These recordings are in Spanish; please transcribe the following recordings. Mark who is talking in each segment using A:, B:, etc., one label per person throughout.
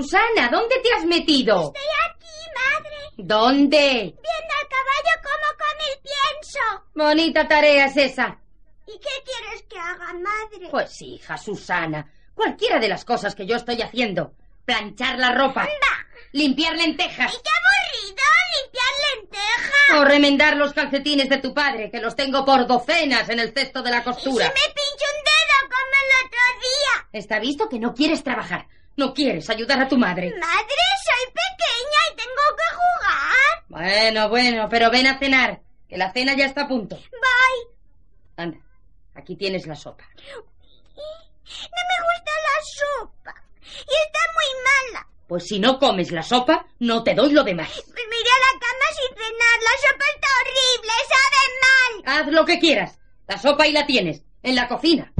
A: Susana, ¿dónde te has metido?
B: Estoy aquí, madre,
A: ¿Dónde?
B: viendo al caballo cómo come el pienso.
A: Bonita tarea es esa.
B: ¿Y qué quieres que haga, madre?
A: Pues hija, Susana, cualquiera de las cosas que yo estoy haciendo. Planchar la ropa,
B: ¡Anda!
A: limpiar lentejas
B: ¡Y qué aburrido limpiar lentejas!
A: o remendar los calcetines de tu padre, que los tengo por docenas en el cesto de la
B: ¡Y si
A: costura.
B: me pincho un dedo como el otro día!
A: Está visto que no quieres trabajar, no quieres ayudar a tu madre.
B: Madre, soy pequeña y tengo que jugar.
A: Bueno, bueno, pero ven a cenar, que la cena ya está a punto.
B: Bye.
A: Anda, aquí tienes la sopa.
B: No me gusta la sopa. Y está muy mala.
A: Pues si no comes la sopa, no te doy lo demás.
B: Me iré a la cama sin cenar. La sopa está horrible, sabe mal.
A: Haz lo que quieras. La sopa ahí la tienes, en la cocina.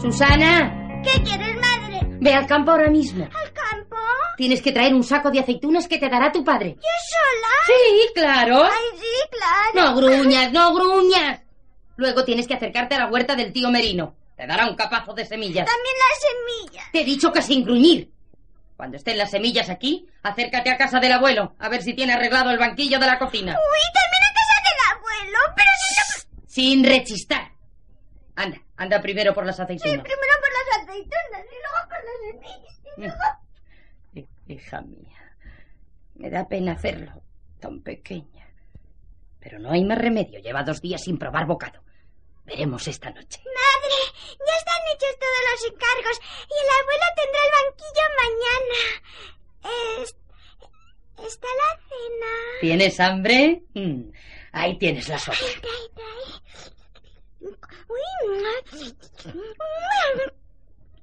A: Susana,
B: ¿Qué quieres, madre?
A: ve al campo ahora mismo.
B: ¿Al campo?
A: Tienes que traer un saco de aceitunas que te dará tu padre.
B: ¿Yo sola?
A: Sí, claro.
B: Ay, sí, claro.
A: No gruñas, no gruñas. Luego tienes que acercarte a la huerta del tío Merino. Te dará un capazo de semillas.
B: También las semillas.
A: Te he dicho que sin gruñir. Cuando estén las semillas aquí, acércate a casa del abuelo, a ver si tiene arreglado el banquillo de la cocina.
B: Uy, también a casa del abuelo, pero si no...
A: Sin rechistar. Anda, anda primero por las
B: Sí,
A: aceitunas.
B: primero por las aceitunas y luego por las semillas. y luego-
A: Hi- Eh, Hija mía, me da pena hacerlo, tan pequeña. Pero no hay más remedio, lleva dos días sin probar bocado. Veremos esta noche.
B: Madre, ya están hechos todos los encargos y el abuelo tendrá el banquillo mañana. Es- Está la cena.
A: ¿Tienes hambre? Mm, Ahí tienes la sopa.
B: Trae, trae. Uy, mua. Mua.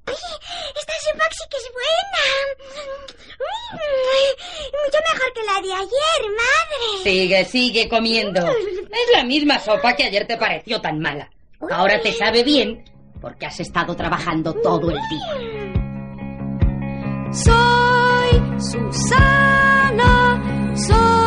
B: Oye, esta sopa sí que es buena. Uy, mucho mejor que la de ayer, madre.
A: Sigue, sigue comiendo. Es la misma sopa que ayer te pareció tan mala. Ahora te sabe bien porque has estado trabajando todo el día.
C: Soy Susana, soy